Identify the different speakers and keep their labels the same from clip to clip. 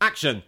Speaker 1: Action!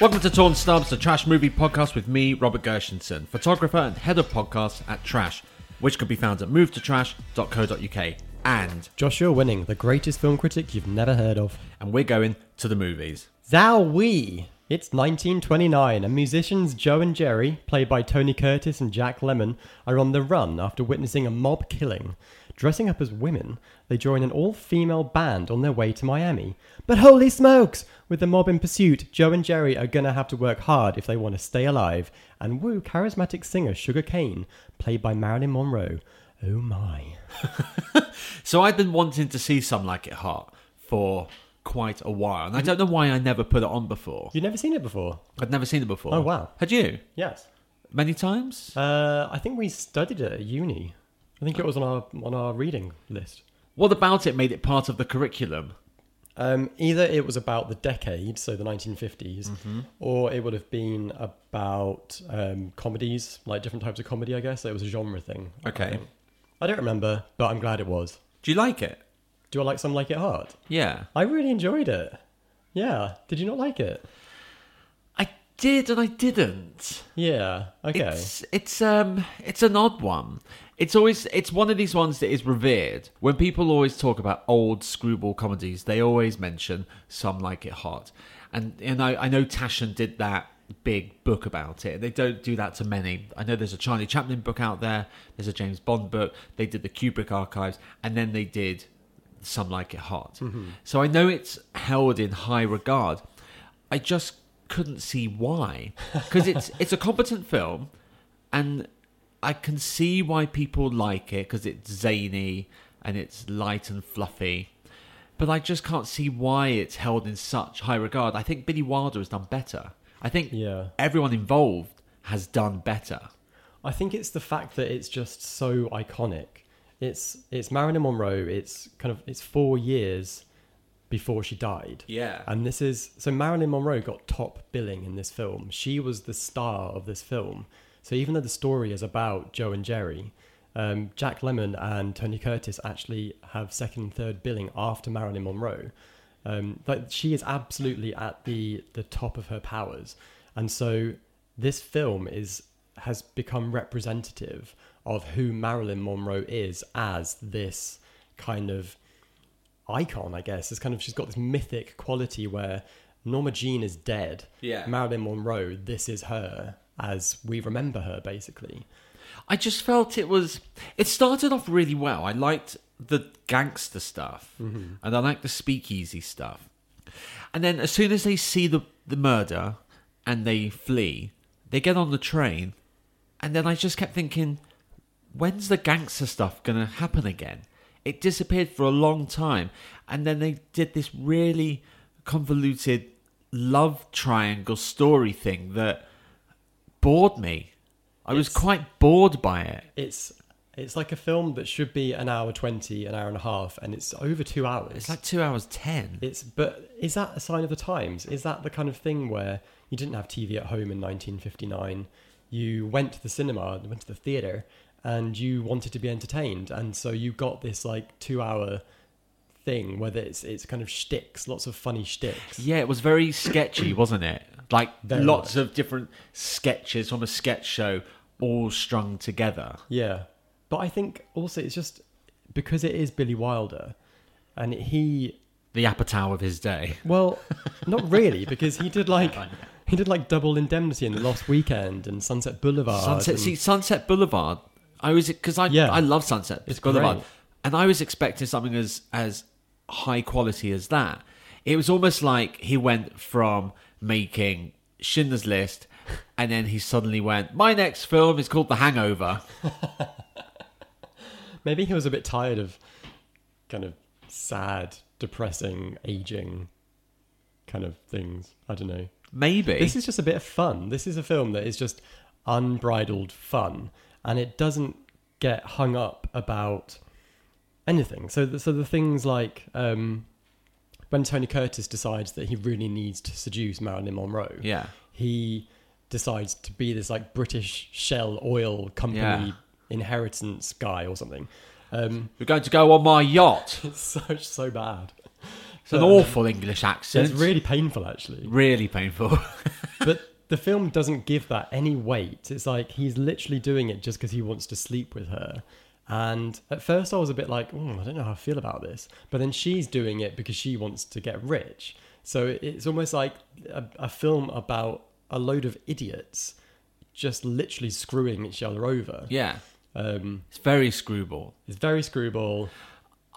Speaker 1: Welcome to Torn Stubs, the Trash Movie Podcast with me, Robert Gershenson, photographer and head of podcasts at Trash, which can be found at movetotrash.co.uk. And
Speaker 2: Joshua Winning, the greatest film critic you've never heard of.
Speaker 1: and we're going to the movies.
Speaker 2: Thou Wee! It's 1929, and musicians Joe and Jerry, played by Tony Curtis and Jack Lemmon, are on the run after witnessing a mob killing. Dressing up as women, they join an all female band on their way to Miami. But holy smokes! With the mob in pursuit, Joe and Jerry are gonna have to work hard if they want to stay alive and woo charismatic singer Sugar Cane, played by Marilyn Monroe. Oh my.
Speaker 1: So I've been wanting to see Some Like It Hot for quite a while, and I don't know why I never put it on before.
Speaker 2: You've never seen it before?
Speaker 1: I'd never seen it before.
Speaker 2: Oh, wow.
Speaker 1: Had you?
Speaker 2: Yes.
Speaker 1: Many times?
Speaker 2: Uh, I think we studied it at uni. I think it was on our on our reading list.
Speaker 1: What about it made it part of the curriculum?
Speaker 2: Um, either it was about the decade, so the 1950s,
Speaker 1: Mm-hmm.
Speaker 2: or it would have been about um, comedies, like different types of comedy. I guess it was a genre thing. I
Speaker 1: Okay.
Speaker 2: think. I don't remember, but I'm glad it was.
Speaker 1: Do you like it?
Speaker 2: Do I like some like it hard?
Speaker 1: Yeah.
Speaker 2: I really enjoyed it. Yeah. Did you not like it?
Speaker 1: I did and I didn't.
Speaker 2: Yeah. Okay.
Speaker 1: It's it's um it's an odd one. It's always it's one of these ones that is revered. When people always talk about old screwball comedies, they always mention some like it hot. And and I, I know Tashin did that big book about it. They don't do that to many. I know there's a Charlie Chaplin book out there, there's a James Bond book, they did the Kubrick archives, and then they did some like it hot. So I know it's held in high regard. I just couldn't see why because it's it's a competent film, and I can see why people like it because it's zany and it's light and fluffy. But I just can't see why it's held in such high regard. I think Billy Wilder has done better. I think
Speaker 2: Yeah.
Speaker 1: everyone involved has done better.
Speaker 2: I think it's the fact that it's just so iconic. It's it's Marilyn Monroe. It's kind of it's four years before she died.
Speaker 1: Yeah.
Speaker 2: And this is so Marilyn Monroe got top billing in this film. She was the star of this film. So even though the story is about Joe and Jerry, um, Jack Lemmon and Tony Curtis actually have second and third billing after Marilyn Monroe. Um, but she is absolutely at the the top of her powers, and so this film is has become representative of who Marilyn Monroe is as this kind of icon, I guess. It's kind of she's got this mythic quality where Norma Jean is dead.
Speaker 1: Yeah.
Speaker 2: Marilyn Monroe, this is her as we remember her, basically.
Speaker 1: I just felt it was. It started off really well. I liked the gangster stuff, and I liked the speakeasy stuff. And then, as soon as they see the the murder and they flee, they get on the train, and then I just kept thinking, when's the gangster stuff going to happen again? It disappeared for a long time, and then they did this really convoluted love triangle story thing that bored me. I was quite bored by it.
Speaker 2: It's it's like a film that should be an hour twenty, an hour and a half, and it's over two hours.
Speaker 1: It's like two hours ten.
Speaker 2: It's but is that a sign of the times? Is that the kind of thing where you didn't have TV at home in 1959? You went to the cinema, went to the theater, and you wanted to be entertained, and so you got this like two-hour thing where it's it's kind of shticks, lots of funny shticks.
Speaker 1: Yeah, it was very sketchy, wasn't it? Like
Speaker 2: Very
Speaker 1: lots of different sketches from a sketch show, all strung together.
Speaker 2: Yeah, but I think also it's just because it is Billy Wilder, and he
Speaker 1: The apatow of his day.
Speaker 2: Well, not really, because he did like he did like Double Indemnity and Lost Weekend and Sunset Boulevard.
Speaker 1: Sunset.
Speaker 2: and-
Speaker 1: See, Sunset Boulevard. I was because I
Speaker 2: Oh, Yeah.
Speaker 1: I love Sunset
Speaker 2: It's
Speaker 1: Boulevard,
Speaker 2: great.
Speaker 1: and I was expecting something as as high quality as that. It was almost like he went from making Schindler's List, and then he suddenly went, "My next film is called The Hangover."
Speaker 2: Maybe he was a bit tired of kind of sad, depressing, aging kind of things. I don't know.
Speaker 1: Maybe
Speaker 2: This is just a bit of fun. This is a film that is just unbridled fun, and it doesn't get hung up about anything. So, the, so the things like um, when Tony Curtis decides that he really needs to seduce Marilyn Monroe,
Speaker 1: Yeah.
Speaker 2: he decides to be this like British Shell oil company
Speaker 1: Yeah.
Speaker 2: inheritance guy or something. Um,
Speaker 1: We're going to go on my yacht.
Speaker 2: it's so so bad.
Speaker 1: It's an
Speaker 2: Um,
Speaker 1: awful English accent.
Speaker 2: It's really painful, actually.
Speaker 1: really painful.
Speaker 2: but the film doesn't give that any weight. It's like he's literally doing it just because he wants to sleep with her. And at first, I was a bit like, mm, I don't know how I feel about this. But then she's doing it because she wants to get rich. So it- it's almost like a, a film about a load of idiots just literally screwing each other over.
Speaker 1: yeah.
Speaker 2: Um,
Speaker 1: It's very screwball.
Speaker 2: it's very screwball.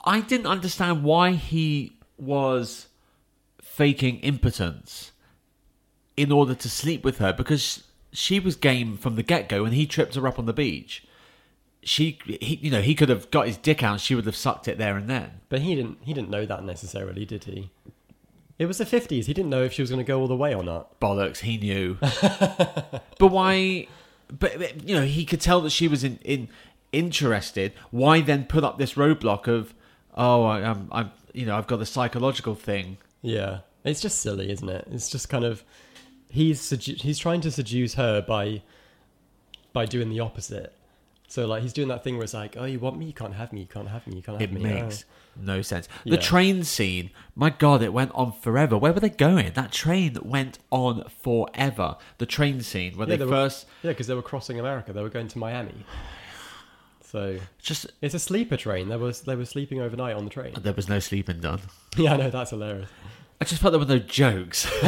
Speaker 1: I didn't understand why he was faking impotence in order to sleep with her because she was game from the get go and he tripped her up on the beach. She, he, you know, he could have got his dick out and she would have sucked it there and then.
Speaker 2: But he didn't. He didn't know that necessarily, did he? It was the fifties. He didn't know if she was going to go all the way or not.
Speaker 1: Bollocks, he knew. but why? But, but, you know, he could tell that she was in, in interested. Why then put up this roadblock of, oh, I, I'm, I'm, you know, I've got the psychological thing.
Speaker 2: Yeah, it's just silly, isn't it? It's just kind of he's sedu- he's trying to seduce her by by doing the opposite. So like he's doing that thing where it's like, oh, you want me, you can't have me, you can't have me, you can't have
Speaker 1: It
Speaker 2: me.
Speaker 1: makes no sense. The
Speaker 2: Yeah.
Speaker 1: train scene, my God, it went on forever. Where were they going? That train went on forever. The train scene when they,
Speaker 2: Yeah, they were-
Speaker 1: first
Speaker 2: Oh. Yeah, because they were crossing America, they were going to Miami. So
Speaker 1: just
Speaker 2: it's a sleeper train. They was they were sleeping overnight on the train.
Speaker 1: there was no sleeping done.
Speaker 2: Yeah, I know that's hilarious.
Speaker 1: I just felt there were no jokes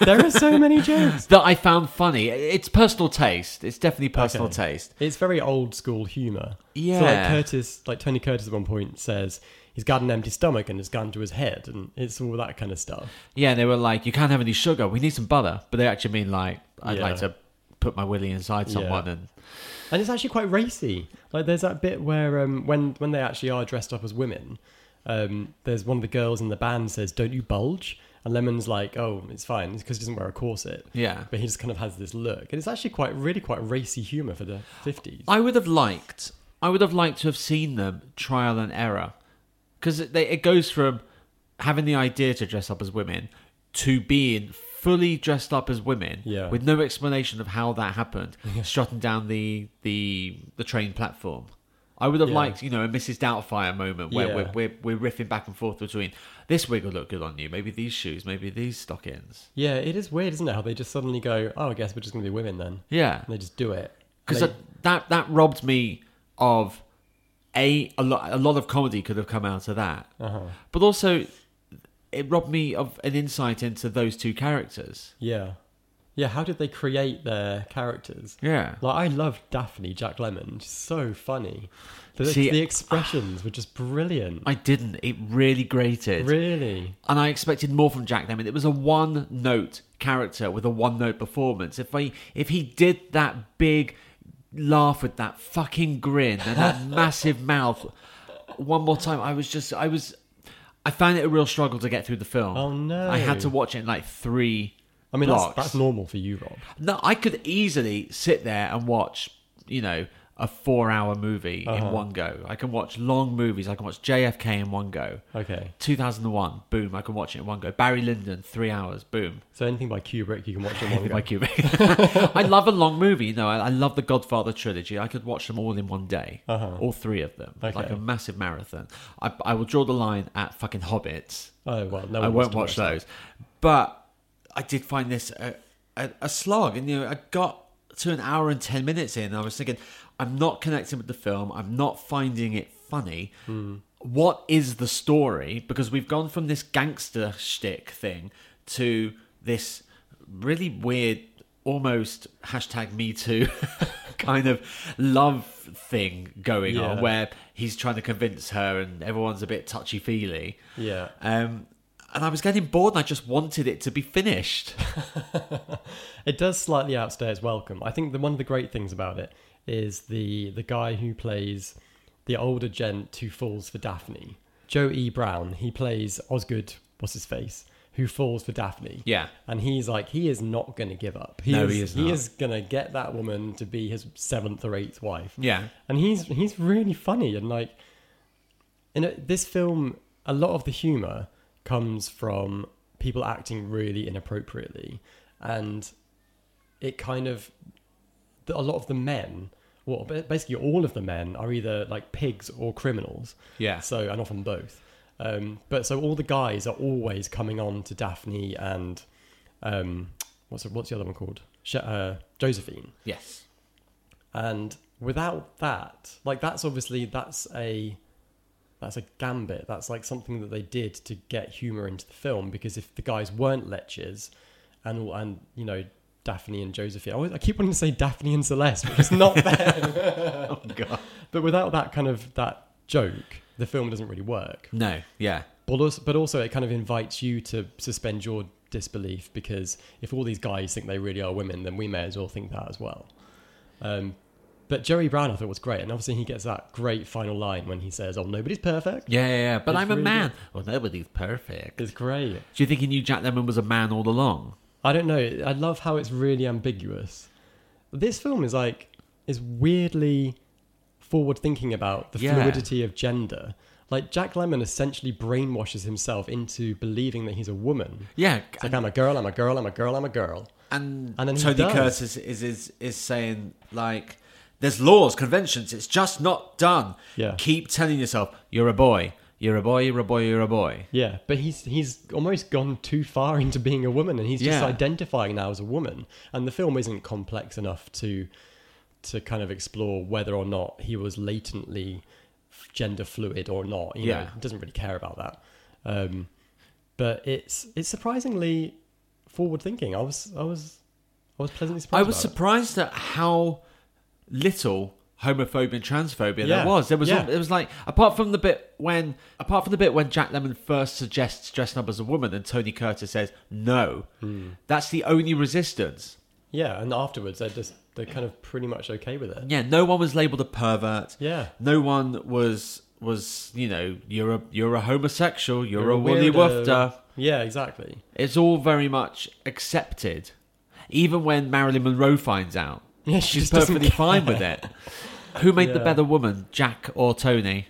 Speaker 2: there are so many jokes.
Speaker 1: that I found funny. It's personal taste. It's definitely personal
Speaker 2: Okay.
Speaker 1: taste.
Speaker 2: It's very old school humor. So like
Speaker 1: Yeah.
Speaker 2: Curtis, like Tony Curtis at one point says he's got an empty stomach and it's gone to his head, and it's all that kind of stuff.
Speaker 1: Yeah, they were like, you can't have any sugar. We need some butter. But they actually mean like, I'd
Speaker 2: Yeah.
Speaker 1: like to put my willy inside
Speaker 2: Yeah.
Speaker 1: someone and
Speaker 2: and it's actually quite racy. Like there's that bit where um, when when they actually are dressed up as women, um, there's one of the girls in the band says, "Don't you bulge?" And Lemon's like, "Oh, it's fine," because he doesn't wear a corset.
Speaker 1: yeah.
Speaker 2: But he just kind of has this look, and it's actually quite, really quite racy humor for the fifties.
Speaker 1: I would have liked. I would have liked to have seen them trial and error, because it, they- it goes from having the idea to dress up as women to being fully dressed up as women,
Speaker 2: Yeah.
Speaker 1: with no explanation of how that happened, shutting down the the the train platform. I would have
Speaker 2: Yeah.
Speaker 1: liked, you know, a Mrs. Doubtfire moment where
Speaker 2: Yeah.
Speaker 1: we're, we're, we're riffing back and forth between this wig will look good on you, maybe these shoes, maybe these stockings.
Speaker 2: Yeah, it is weird, isn't it? How they just suddenly go, "Oh, I guess we're just going to be women then,"
Speaker 1: Yeah.
Speaker 2: and they just do it.
Speaker 1: because
Speaker 2: They-
Speaker 1: that that robbed me of a a lot a lot of comedy could have come out of that,
Speaker 2: uh-huh.
Speaker 1: but also it robbed me of an insight into those two characters.
Speaker 2: yeah, yeah. How did they create their characters?
Speaker 1: Yeah,
Speaker 2: Like I love Daphne Jack Lemon. She's so funny. The,
Speaker 1: See,
Speaker 2: the expressions were just brilliant.
Speaker 1: I didn't. It really grated,
Speaker 2: Really?
Speaker 1: and I expected more from Jack Lemmon. It was a one note character with a one note performance. If I if he did that big laugh with that fucking grin and that massive mouth one more time, I was just I was. I found it a real struggle to get through the film.
Speaker 2: Oh no.
Speaker 1: I had to watch it in like three.
Speaker 2: I mean, that's,
Speaker 1: blocks.
Speaker 2: that's normal for you, Rob.
Speaker 1: no, I could easily sit there and watch, you know, a four-hour movie
Speaker 2: Uh-huh.
Speaker 1: in one go. I can watch long movies. I can watch JFK in one go.
Speaker 2: Okay.
Speaker 1: 2001, boom! I can watch it in one go. Barry Lyndon, three hours, boom!
Speaker 2: So anything by Kubrick, you can watch in one
Speaker 1: With
Speaker 2: go.
Speaker 1: my cube. I love a long movie. You know, I, I love the Godfather trilogy. I could watch them all in one day,
Speaker 2: Uh-huh.
Speaker 1: all three of them,
Speaker 2: Okay.
Speaker 1: like a massive marathon. I, I will draw the line at fucking Hobbits.
Speaker 2: Oh well, no.
Speaker 1: I
Speaker 2: one wants
Speaker 1: won't
Speaker 2: to
Speaker 1: watch
Speaker 2: that.
Speaker 1: those. But I did find this a, a, a slog, and you know, I got to an hour and ten minutes in, and I was thinking, I'm not connecting with the film. I'm not finding it funny.
Speaker 2: Hmm.
Speaker 1: What is the story? Because we've gone from this gangster shtick thing to this really weird, almost hashtag Me Too kind of love thing going on,
Speaker 2: Yeah.
Speaker 1: where he's trying to convince her, and everyone's a bit touchy feely.
Speaker 2: Yeah.
Speaker 1: Um, and I was getting bored and I just wanted it to be finished.
Speaker 2: It does slightly outstay its welcome. I think that one of the great things about it is the the guy who plays the older gent who falls for Daphne, Joe E. Brown. He plays Osgood. What's his face? Who falls for Daphne?
Speaker 1: Yeah.
Speaker 2: And he's like, he is not going to give up. He
Speaker 1: No,
Speaker 2: is,
Speaker 1: he is not.
Speaker 2: going to get that woman to be his seventh or eighth wife.
Speaker 1: Yeah.
Speaker 2: And he's he's really funny and like, in a, this film, a lot of the humor comes from people acting really inappropriately, and it kind of the- a lot of the men, well, ba- basically all of the men are either like pigs or criminals.
Speaker 1: Yeah.
Speaker 2: So and often both. Um, but so all the guys are always coming on to Daphne and um, what's the, what's the other one called? Sh- uh, Josephine.
Speaker 1: Yes.
Speaker 2: And without that, like that's obviously that's a that's a gambit. That's like something that they did to get humor into the film because if the guys weren't leches and all and you know Daphne and Josephine, I, always, I keep wanting to say Daphne and Celeste, which is not there.
Speaker 1: Oh god.
Speaker 2: but without that kind of that joke, the film doesn't really work
Speaker 1: No. Yeah.
Speaker 2: but also, but also it kind of invites you to suspend your disbelief because if all these guys think they really are women, then we may as well think that as well. Um, but Jerry Brown, I thought was great, and obviously he gets that great final line when he says, "Oh, nobody's perfect."
Speaker 1: Yeah, yeah, yeah. But
Speaker 2: It's
Speaker 1: I'm a
Speaker 2: really
Speaker 1: man. Well, nobody's perfect.
Speaker 2: It's great.
Speaker 1: Do you think he knew Jack Lemon was a man all along?
Speaker 2: I don't know. I love how it's really ambiguous. This film is like is weirdly forward thinking about the
Speaker 1: Yeah.
Speaker 2: fluidity of gender. Like Jack Lemmon essentially brainwashes himself into believing that he's a woman.
Speaker 1: Yeah,
Speaker 2: It's like
Speaker 1: and,
Speaker 2: I'm a girl, I'm a girl, I'm a girl, I'm a girl.
Speaker 1: and,
Speaker 2: and then he
Speaker 1: Tony
Speaker 2: does.
Speaker 1: Curtis is, is is saying like, "There's laws, conventions. It's just not done.
Speaker 2: Yeah.
Speaker 1: Keep telling yourself you're a boy, you're a boy, you're a boy, you're a boy."
Speaker 2: Yeah, but he's he's almost gone too far into being a woman, and he's just
Speaker 1: Yeah.
Speaker 2: identifying now as a woman. And the film isn't complex enough to to kind of explore whether or not he was latently gender fluid or not. You know,
Speaker 1: Yeah.
Speaker 2: he doesn't really care about that. Um, but it's it's surprisingly forward thinking. I was I was I was pleasantly surprised.
Speaker 1: I was
Speaker 2: about it.
Speaker 1: surprised at how little homophobia and transphobia
Speaker 2: Yeah,
Speaker 1: there was. There was
Speaker 2: yeah.
Speaker 1: it was like apart from the bit when apart from the bit when Jack Lemon first suggests dressing up as a woman and Tony Curtis says no.
Speaker 2: Hmm.
Speaker 1: That's the only resistance.
Speaker 2: Yeah, and afterwards they're just they're kind of pretty much okay with it.
Speaker 1: Yeah, no one was labelled a pervert.
Speaker 2: Yeah.
Speaker 1: No one was was you know you're a you're a homosexual. You're, a, woolly
Speaker 2: weirdo.
Speaker 1: woofter.
Speaker 2: Yeah, exactly.
Speaker 1: It's all very much accepted, even when Marilyn Monroe finds out.
Speaker 2: Yeah, she
Speaker 1: she's
Speaker 2: just doesn't
Speaker 1: perfectly fine with it. Who made the
Speaker 2: Yeah.
Speaker 1: better woman, Jack or Tony?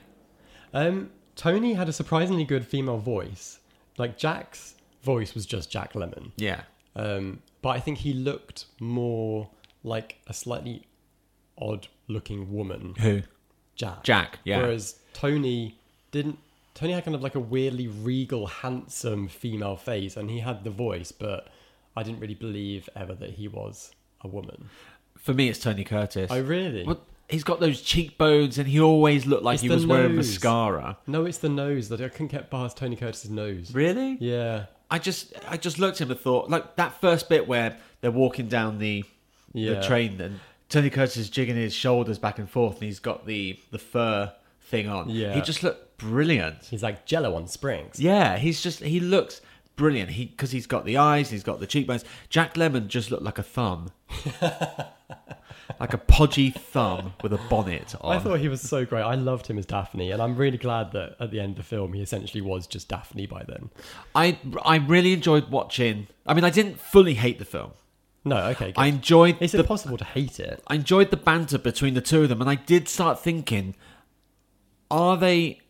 Speaker 2: Um, Tony had a surprisingly good female voice. Like Jack's voice was just Jack Lemon,
Speaker 1: Yeah,
Speaker 2: um, but I think he looked more like a slightly odd-looking woman,
Speaker 1: who?
Speaker 2: Jack.
Speaker 1: Jack. Yeah,
Speaker 2: Whereas Tony didn't. Tony had kind of like a weirdly regal, handsome female face, and he had the voice, but I didn't really believe ever that he was a woman.
Speaker 1: for me, it's Tony Curtis.
Speaker 2: Oh, really?
Speaker 1: What? He's got those cheekbones, and he always looked like
Speaker 2: It's
Speaker 1: he
Speaker 2: the
Speaker 1: was wearing
Speaker 2: nose.
Speaker 1: mascara.
Speaker 2: No, it's the nose that I couldn't get past Tony Curtis's nose.
Speaker 1: Really?
Speaker 2: Yeah,
Speaker 1: I just I just looked at him and thought, like that first bit where they're walking down the
Speaker 2: Yeah.
Speaker 1: the train and Tony Curtis is jigging his shoulders back and forth and he's got the the fur thing on.
Speaker 2: Yeah.
Speaker 1: He just looked brilliant.
Speaker 2: he's like Jello on springs.
Speaker 1: Yeah, he's just he looks brilliant. He because he's got the eyes, he's got the cheekbones. Jack Lemon just looked like a thumb. like a podgy thumb with a bonnet on.
Speaker 2: I thought he was so great. I loved him as Daphne, and I'm really glad that at the end of the film, he essentially was just Daphne by then.
Speaker 1: I I really enjoyed watching. I mean, I didn't fully hate the film.
Speaker 2: No, okay.
Speaker 1: I
Speaker 2: Good.
Speaker 1: enjoyed
Speaker 2: It's
Speaker 1: the
Speaker 2: impossible to hate it.
Speaker 1: I enjoyed the banter between the two of them, and I did start thinking, are they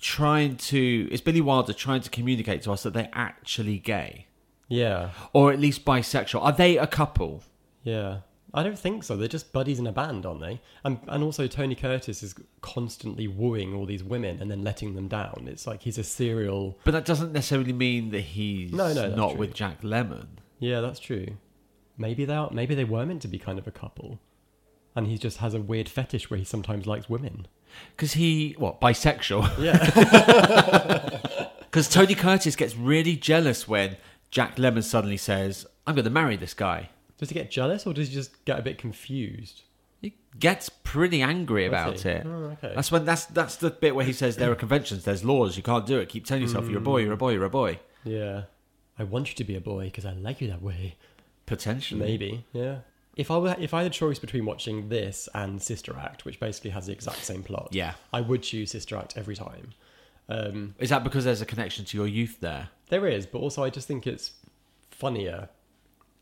Speaker 1: trying to? Is Billy Wilder trying to communicate to us that they're actually gay,
Speaker 2: Yeah,
Speaker 1: or at least bisexual? Are they a couple?
Speaker 2: yeah. I don't think so. They're just buddies in a band, aren't they? And and also Tony Curtis is constantly wooing all these women and then letting them down. It's like he's a serial.
Speaker 1: But that doesn't necessarily mean that he's
Speaker 2: No, no, that's
Speaker 1: not
Speaker 2: true.
Speaker 1: with Jack Lemon.
Speaker 2: Yeah, that's true. Maybe they are, maybe they were meant to be kind of a couple, and he just has a weird fetish where he sometimes likes women.
Speaker 1: Because he, what, bisexual?
Speaker 2: Yeah,
Speaker 1: Because Tony Curtis gets really jealous when Jack Lemon suddenly says, I'm going to marry this guy.
Speaker 2: does he get jealous or does he just get a bit confused?
Speaker 1: He gets pretty angry
Speaker 2: Does
Speaker 1: about
Speaker 2: he?
Speaker 1: it.
Speaker 2: Oh, okay.
Speaker 1: That's when that's that's the bit where he says there are conventions, there's laws, you can't do it. Keep telling yourself you're a boy, you're a boy, you're a boy.
Speaker 2: Yeah. I want you to be a boy because I like you that way.
Speaker 1: Potentially,
Speaker 2: Maybe. Yeah. If I were, if I had a choice between watching this and Sister Act, which basically has the exact same plot,
Speaker 1: Yeah.
Speaker 2: I would choose Sister Act every time. Um,
Speaker 1: Is that because there's a connection to your youth there?
Speaker 2: there is, but also I just think it's funnier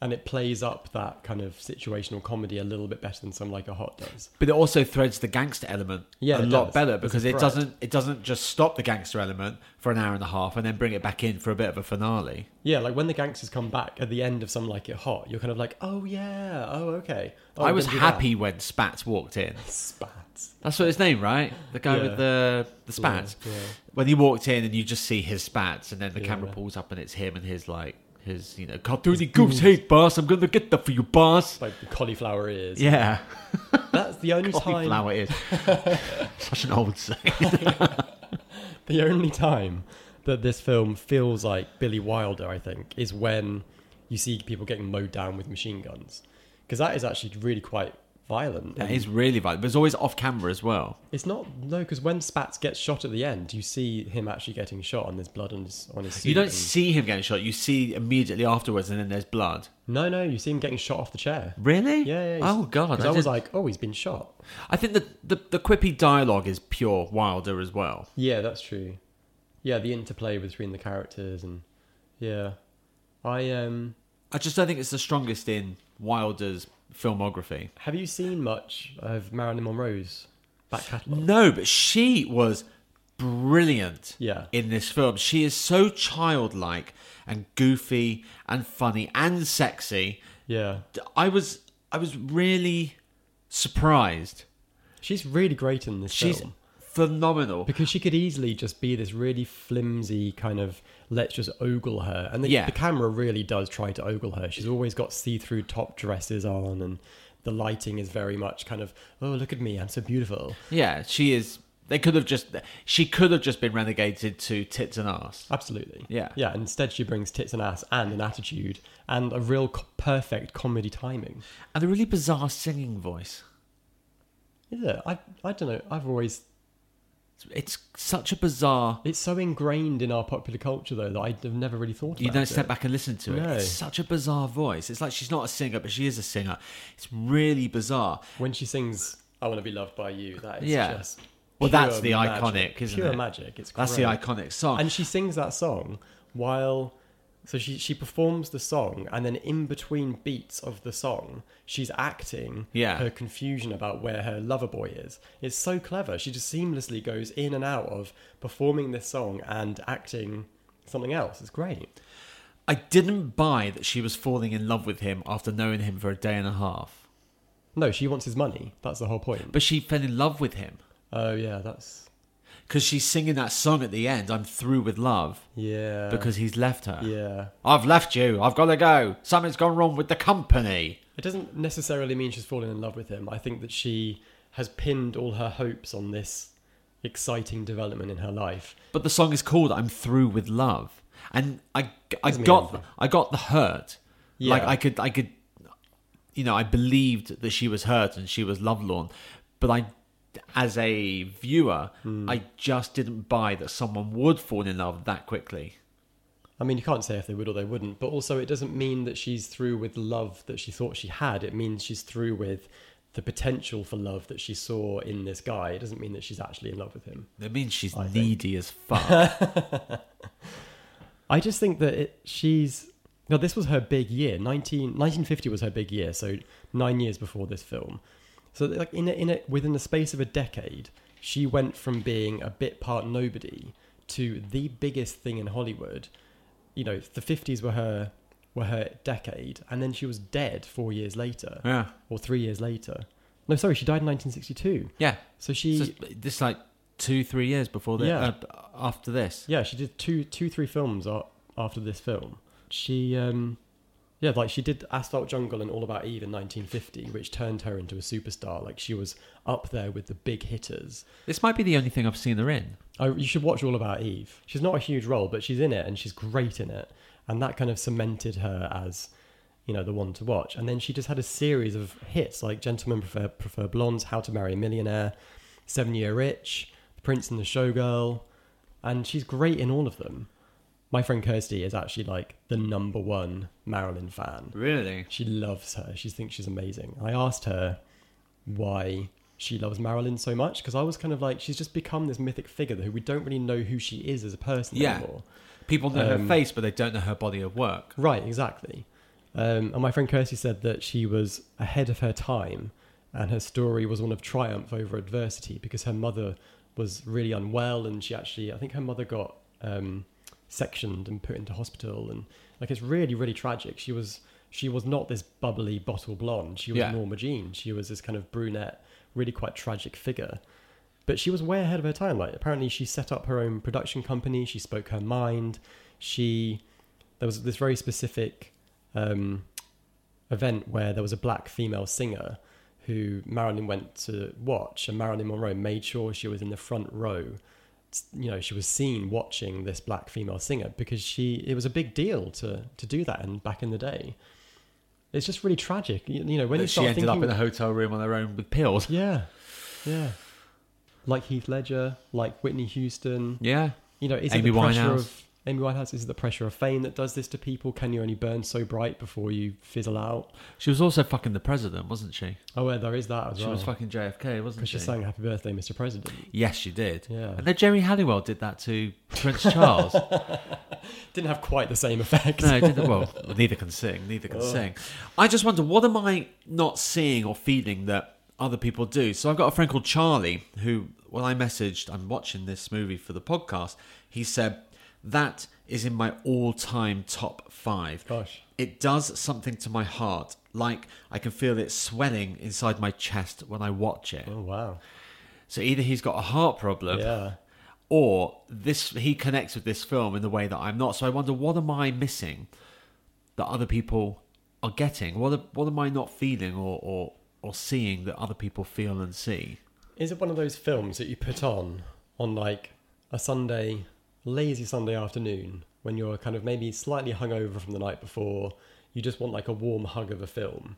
Speaker 2: and it plays up that kind of situational comedy a little bit better than something like a hot does.
Speaker 1: But it also threads the gangster element
Speaker 2: Yeah,
Speaker 1: a
Speaker 2: it
Speaker 1: lot
Speaker 2: does.
Speaker 1: better
Speaker 2: It's a
Speaker 1: because it
Speaker 2: thread.
Speaker 1: doesn't it doesn't just stop the gangster element for an hour and a half and then bring it back in for a bit of a finale.
Speaker 2: Yeah, like when the gangsters come back at the end of something like it hot, you're kind of like, oh yeah, oh okay. Oh,
Speaker 1: I
Speaker 2: we're
Speaker 1: was
Speaker 2: gonna do that."
Speaker 1: happy when Spats walked in.
Speaker 2: Spats.
Speaker 1: That's what his name, right? The guy
Speaker 2: Yeah.
Speaker 1: with the the spats.
Speaker 2: Yeah, yeah.
Speaker 1: When he walked in and you just see his spats, and then the
Speaker 2: Yeah.
Speaker 1: camera pulls up and it's him and his like his you know cartoony goose. Hey, boss, I'm gonna get that for you, boss.
Speaker 2: Like the cauliflower ears.
Speaker 1: Yeah,
Speaker 2: That's the only time
Speaker 1: cauliflower is such an old saying.
Speaker 2: the only time that this film feels like Billy Wilder, I think, is when you see people getting mowed down with machine guns. Because that is actually really quite violent.
Speaker 1: That is really violent. But it's always off camera as well.
Speaker 2: It's not no, because when Spats gets shot at the end, you see him actually getting shot, and there's blood on his on his.
Speaker 1: You
Speaker 2: suit
Speaker 1: don't
Speaker 2: and-
Speaker 1: see him getting shot. You see immediately afterwards, and then there's blood.
Speaker 2: No, no, you see him getting shot off the chair.
Speaker 1: Really?
Speaker 2: Yeah, yeah. he's-
Speaker 1: Oh god,
Speaker 2: 'cause
Speaker 1: I,
Speaker 2: I was
Speaker 1: didn't-
Speaker 2: like, oh, he's been shot.
Speaker 1: I think the, the the quippy dialogue is pure Wilder as well.
Speaker 2: Yeah, that's true. Yeah, the interplay between the characters and yeah, I um,
Speaker 1: I just don't think it's the strongest in Wilder's filmography.
Speaker 2: have you seen much of Marilyn Monroe's back catalogue?
Speaker 1: No, but she was brilliant
Speaker 2: Yeah.
Speaker 1: in this film. She is so childlike and goofy and funny and sexy.
Speaker 2: Yeah,
Speaker 1: I was I was really surprised.
Speaker 2: she's really great in this
Speaker 1: She's
Speaker 2: film
Speaker 1: phenomenal.
Speaker 2: because she could easily just be this really flimsy kind of let's just ogle her, and the,
Speaker 1: Yeah.
Speaker 2: the camera really does try to ogle her. She's always got see-through top dresses on and. The lighting is very much kind of, oh look at me, I'm so beautiful.
Speaker 1: Yeah, she is they could have just she could have just been renegated to tits and ass.
Speaker 2: Absolutely.
Speaker 1: Yeah.
Speaker 2: Yeah. Instead, she brings tits and ass and an attitude and a real co- perfect comedy timing.
Speaker 1: And a really bizarre singing voice.
Speaker 2: Is it? I, I don't know. I've always.
Speaker 1: It's such a bizarre
Speaker 2: It's so ingrained in our popular culture, though, that I've never really thought about
Speaker 1: You don't
Speaker 2: it.
Speaker 1: step back and listen to it.
Speaker 2: No.
Speaker 1: It's such a bizarre voice. It's like she's not a singer, but she is a singer. It's really bizarre.
Speaker 2: When she sings, I Want to Be Loved by You, that is
Speaker 1: Yeah.
Speaker 2: just.
Speaker 1: Well,
Speaker 2: pure
Speaker 1: that's the
Speaker 2: magic.
Speaker 1: iconic, isn't
Speaker 2: pure
Speaker 1: it?
Speaker 2: magic. It's
Speaker 1: That's
Speaker 2: great.
Speaker 1: the iconic song.
Speaker 2: And she sings that song while. So she, she performs the song, and then in between beats of the song, she's acting
Speaker 1: Yeah.
Speaker 2: her confusion about where her lover boy is. It's so clever. She just seamlessly goes in and out of performing this song and acting something else. It's great.
Speaker 1: I didn't buy that she was falling in love with him after knowing him for a day and a half.
Speaker 2: No, she wants his money. That's the whole point.
Speaker 1: But she fell in love with him
Speaker 2: Oh, yeah, that's.
Speaker 1: because she's singing that song at the end. I'm through with love
Speaker 2: Yeah.
Speaker 1: because he's left her.
Speaker 2: Yeah.
Speaker 1: I've left you. I've got to go. Something's gone wrong with the company.
Speaker 2: It doesn't necessarily mean she's fallen in love with him. I think that she has pinned all her hopes on this exciting development in her life.
Speaker 1: But the song is called "I'm Through with Love," and I I
Speaker 2: Doesn't mean
Speaker 1: got
Speaker 2: anything.
Speaker 1: I got the hurt.
Speaker 2: Yeah.
Speaker 1: Like I could I could, you know, I believed that she was hurt and she was lovelorn, but I, as a viewer,
Speaker 2: Hmm.
Speaker 1: I just didn't buy that someone would fall in love that quickly.
Speaker 2: I mean, you can't say if they would or they wouldn't, but also it doesn't mean that she's through with love that she thought she had. It means she's through with the potential for love that she saw in this guy. It doesn't mean that she's actually in love with him.
Speaker 1: It means she's
Speaker 2: I think.
Speaker 1: needy as fuck.
Speaker 2: I just think that it, she's. Now, this was her big year. 19, 1950 was her big year, so nine years before this film. So, like in a, in a, within the space of a decade, she went from being a bit part nobody to the biggest thing in Hollywood. You know, the 50s were her were her decade, and then she was dead four years later,
Speaker 1: yeah,
Speaker 2: or three years later. No, sorry, she died in 1962.
Speaker 1: yeah.
Speaker 2: So
Speaker 1: It's
Speaker 2: she,
Speaker 1: just- this is like two three years before this.
Speaker 2: Yeah.
Speaker 1: Uh, after this.
Speaker 2: Yeah, she did two, two, three films a- after this film. She, um, yeah, like she did Asphalt Jungle and All About Eve in 1950, which turned her into a superstar. Like she was up there with the big hitters.
Speaker 1: This might be the only thing I've seen her in.
Speaker 2: I, you should watch All About Eve. She's not a huge role, but she's in it and she's great in it, and that kind of cemented her as, you know, the one to watch. And then she just had a series of hits like Gentlemen Prefer Prefer Blondes, How to Marry a Millionaire, Seven Year Itch, The Prince and the Showgirl, and she's great in all of them. My friend Kirsty is actually like the number one Marilyn fan.
Speaker 1: Really?
Speaker 2: She loves her. She thinks she's amazing. I asked her why she loves Marilyn so much because I was kind of like, she's just become this mythic figure who we don't really know who she is as a person
Speaker 1: Yeah.
Speaker 2: anymore.
Speaker 1: People know
Speaker 2: Um,
Speaker 1: her face, but they don't know her body of work.
Speaker 2: Right, exactly. Um, and my friend Kirsty said that she was ahead of her time and her story was one of triumph over adversity because her mother was really unwell and she actually, I think her mother got um, sectioned and put into hospital. And like, it's really, really tragic. She was, she was not this bubbly bottle blonde. She was
Speaker 1: Yeah.
Speaker 2: Norma Jean. She was this kind of brunette, really quite tragic figure. But she was way ahead of her time. Like, apparently, she set up her own production company. She spoke her mind. She, there was this very specific um, event where there was a black female singer who Marilyn went to watch, and Marilyn Monroe made sure she was in the front row. S- You know, she was seen watching this black female singer because she it was a big deal to to do that. And back in the day, it's just really tragic. You, you know, when you
Speaker 1: that she
Speaker 2: start
Speaker 1: ended
Speaker 2: thinking,
Speaker 1: up in a hotel room on her own with pills.
Speaker 2: yeah, yeah, like Heath Ledger, like Whitney Houston,
Speaker 1: Yeah.
Speaker 2: you know, is
Speaker 1: Amy
Speaker 2: it the pressure
Speaker 1: Winehouse.
Speaker 2: of Amy Winehouse? Is it the pressure of fame that does this to people? Can you only burn so bright before you fizzle out?
Speaker 1: She was also fucking the president, wasn't she?
Speaker 2: Oh, yeah, there is that as
Speaker 1: She
Speaker 2: well.
Speaker 1: was fucking JFK, wasn't
Speaker 2: because
Speaker 1: she?
Speaker 2: she sang "Happy Birthday, Mr. President."
Speaker 1: yes, she did.
Speaker 2: Yeah.
Speaker 1: And then Jerry Halliwell did that to Prince Charles.
Speaker 2: Didn't have quite the same effect.
Speaker 1: No, it didn't, well, neither can sing. Neither can sing. I just wonder what am I not seeing or feeling that other people do. So I've got a friend called Charlie who, when I messaged, I'm watching this movie for the podcast. He said that is in my all-time top five.
Speaker 2: Gosh.
Speaker 1: It does something to my heart, like I can feel it swelling inside my chest when I watch it.
Speaker 2: Oh wow.
Speaker 1: So either he's got a heart problem,
Speaker 2: Yeah.
Speaker 1: or this he connects with this film in the way that I'm not. So I wonder what am I missing that other people are getting? What what am I not feeling or or, or seeing that other people feel and see?
Speaker 2: Is it one of those films that you put on on like a Sunday, lazy Sunday afternoon when you're kind of maybe slightly hungover from the night before? You just want like a warm hug of a film.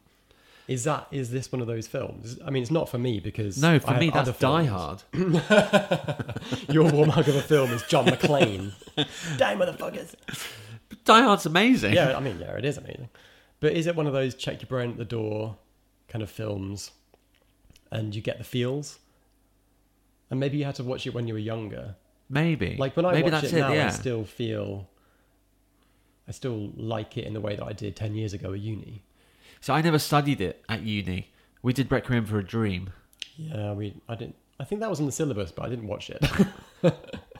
Speaker 2: Is that is this one of those films? I mean, it's not for me because
Speaker 1: No, for
Speaker 2: I have
Speaker 1: me that's
Speaker 2: other films.
Speaker 1: Die Hard.
Speaker 2: Your warm hug of a film is John McClane. Die motherfuckers.
Speaker 1: Die Hard's amazing.
Speaker 2: yeah, I mean, yeah, it is amazing. But is it one of those check your brain at the door kind of films and you get the feels? And maybe you had to watch it when you were younger.
Speaker 1: maybe.
Speaker 2: Like when I
Speaker 1: maybe
Speaker 2: watch
Speaker 1: that's
Speaker 2: it now,
Speaker 1: yeah.
Speaker 2: I still feel, I still like it in the way that I did 10 years ago at uni.
Speaker 1: So I never studied it at uni. We did Requiem for a Dream.
Speaker 2: Yeah, Uh, we, I didn't, I think that was on the syllabus, but I didn't watch it.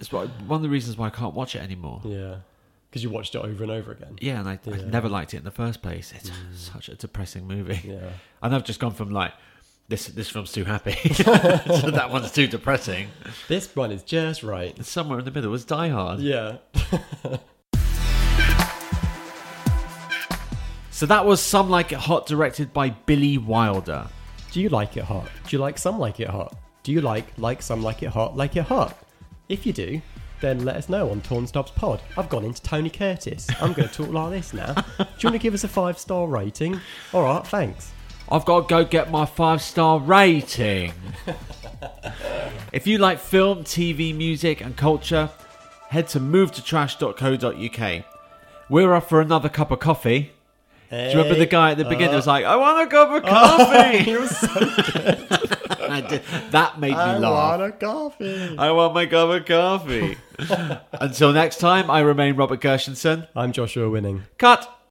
Speaker 1: It's why- one of the reasons why I can't watch it anymore.
Speaker 2: yeah. Because you watched it over and over again.
Speaker 1: Yeah, and I, I
Speaker 2: Yeah. Mm.
Speaker 1: never liked it in the first place. It's such a depressing movie.
Speaker 2: Yeah.
Speaker 1: And I've just gone from like this this film's too happy to that one's too depressing.
Speaker 2: This one is just right.
Speaker 1: And somewhere in the middle was Die Hard.
Speaker 2: Yeah.
Speaker 1: So that was Some Like It Hot directed by Billy Wilder.
Speaker 2: Do you like it hot? Do you like some like it hot? Do you like like some like it hot like it hot? If you do, then let us know on Torn Stubs Pod. I've gone into Tony Curtis. I'm going to talk like this now. Do you want to give us a five star rating? All right, thanks.
Speaker 1: I've got to go get my five star rating. if you like film, TV, music, and culture, head to movetotrash.co.uk. We're off for another cup of coffee. Do you remember the guy at the beginning that was like, I want a cup of coffee? I did- that made me laugh.
Speaker 2: a coffee.
Speaker 1: I want my cup of coffee. Until next time, I remain Robert Gershenson.
Speaker 2: I'm Joshua Winning.
Speaker 1: Cut.